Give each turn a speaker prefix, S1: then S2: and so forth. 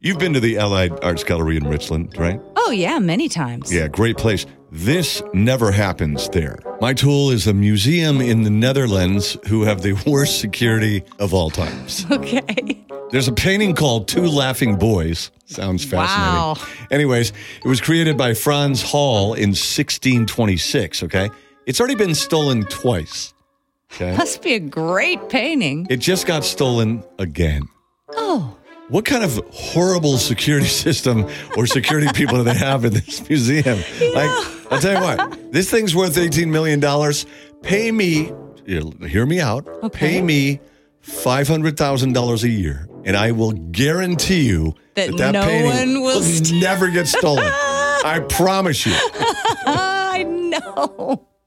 S1: You've been to the Allied Arts Gallery in Richland, right?
S2: Oh, yeah, many times.
S1: Yeah, great place. This never happens there. My tool is a museum in the Netherlands who have the worst security of all times.
S2: Okay.
S1: There's a painting called Two Laughing Boys. Sounds fascinating.
S2: Wow.
S1: Anyways, it was created by Franz Hall in 1626, okay? It's already been stolen twice. Okay?
S2: Must be a great painting.
S1: It just got stolen again.
S2: Oh,
S1: What kind of horrible security system or security people do they have in this museum? Like, I'll tell you what, this thing's worth $18 million. Pay me, hear me out,
S2: Okay.
S1: pay me $500,000 a year, and I will guarantee you that
S2: That
S1: that,
S2: no
S1: painting
S2: one will steal-
S1: never get stolen. I promise you.
S2: I know.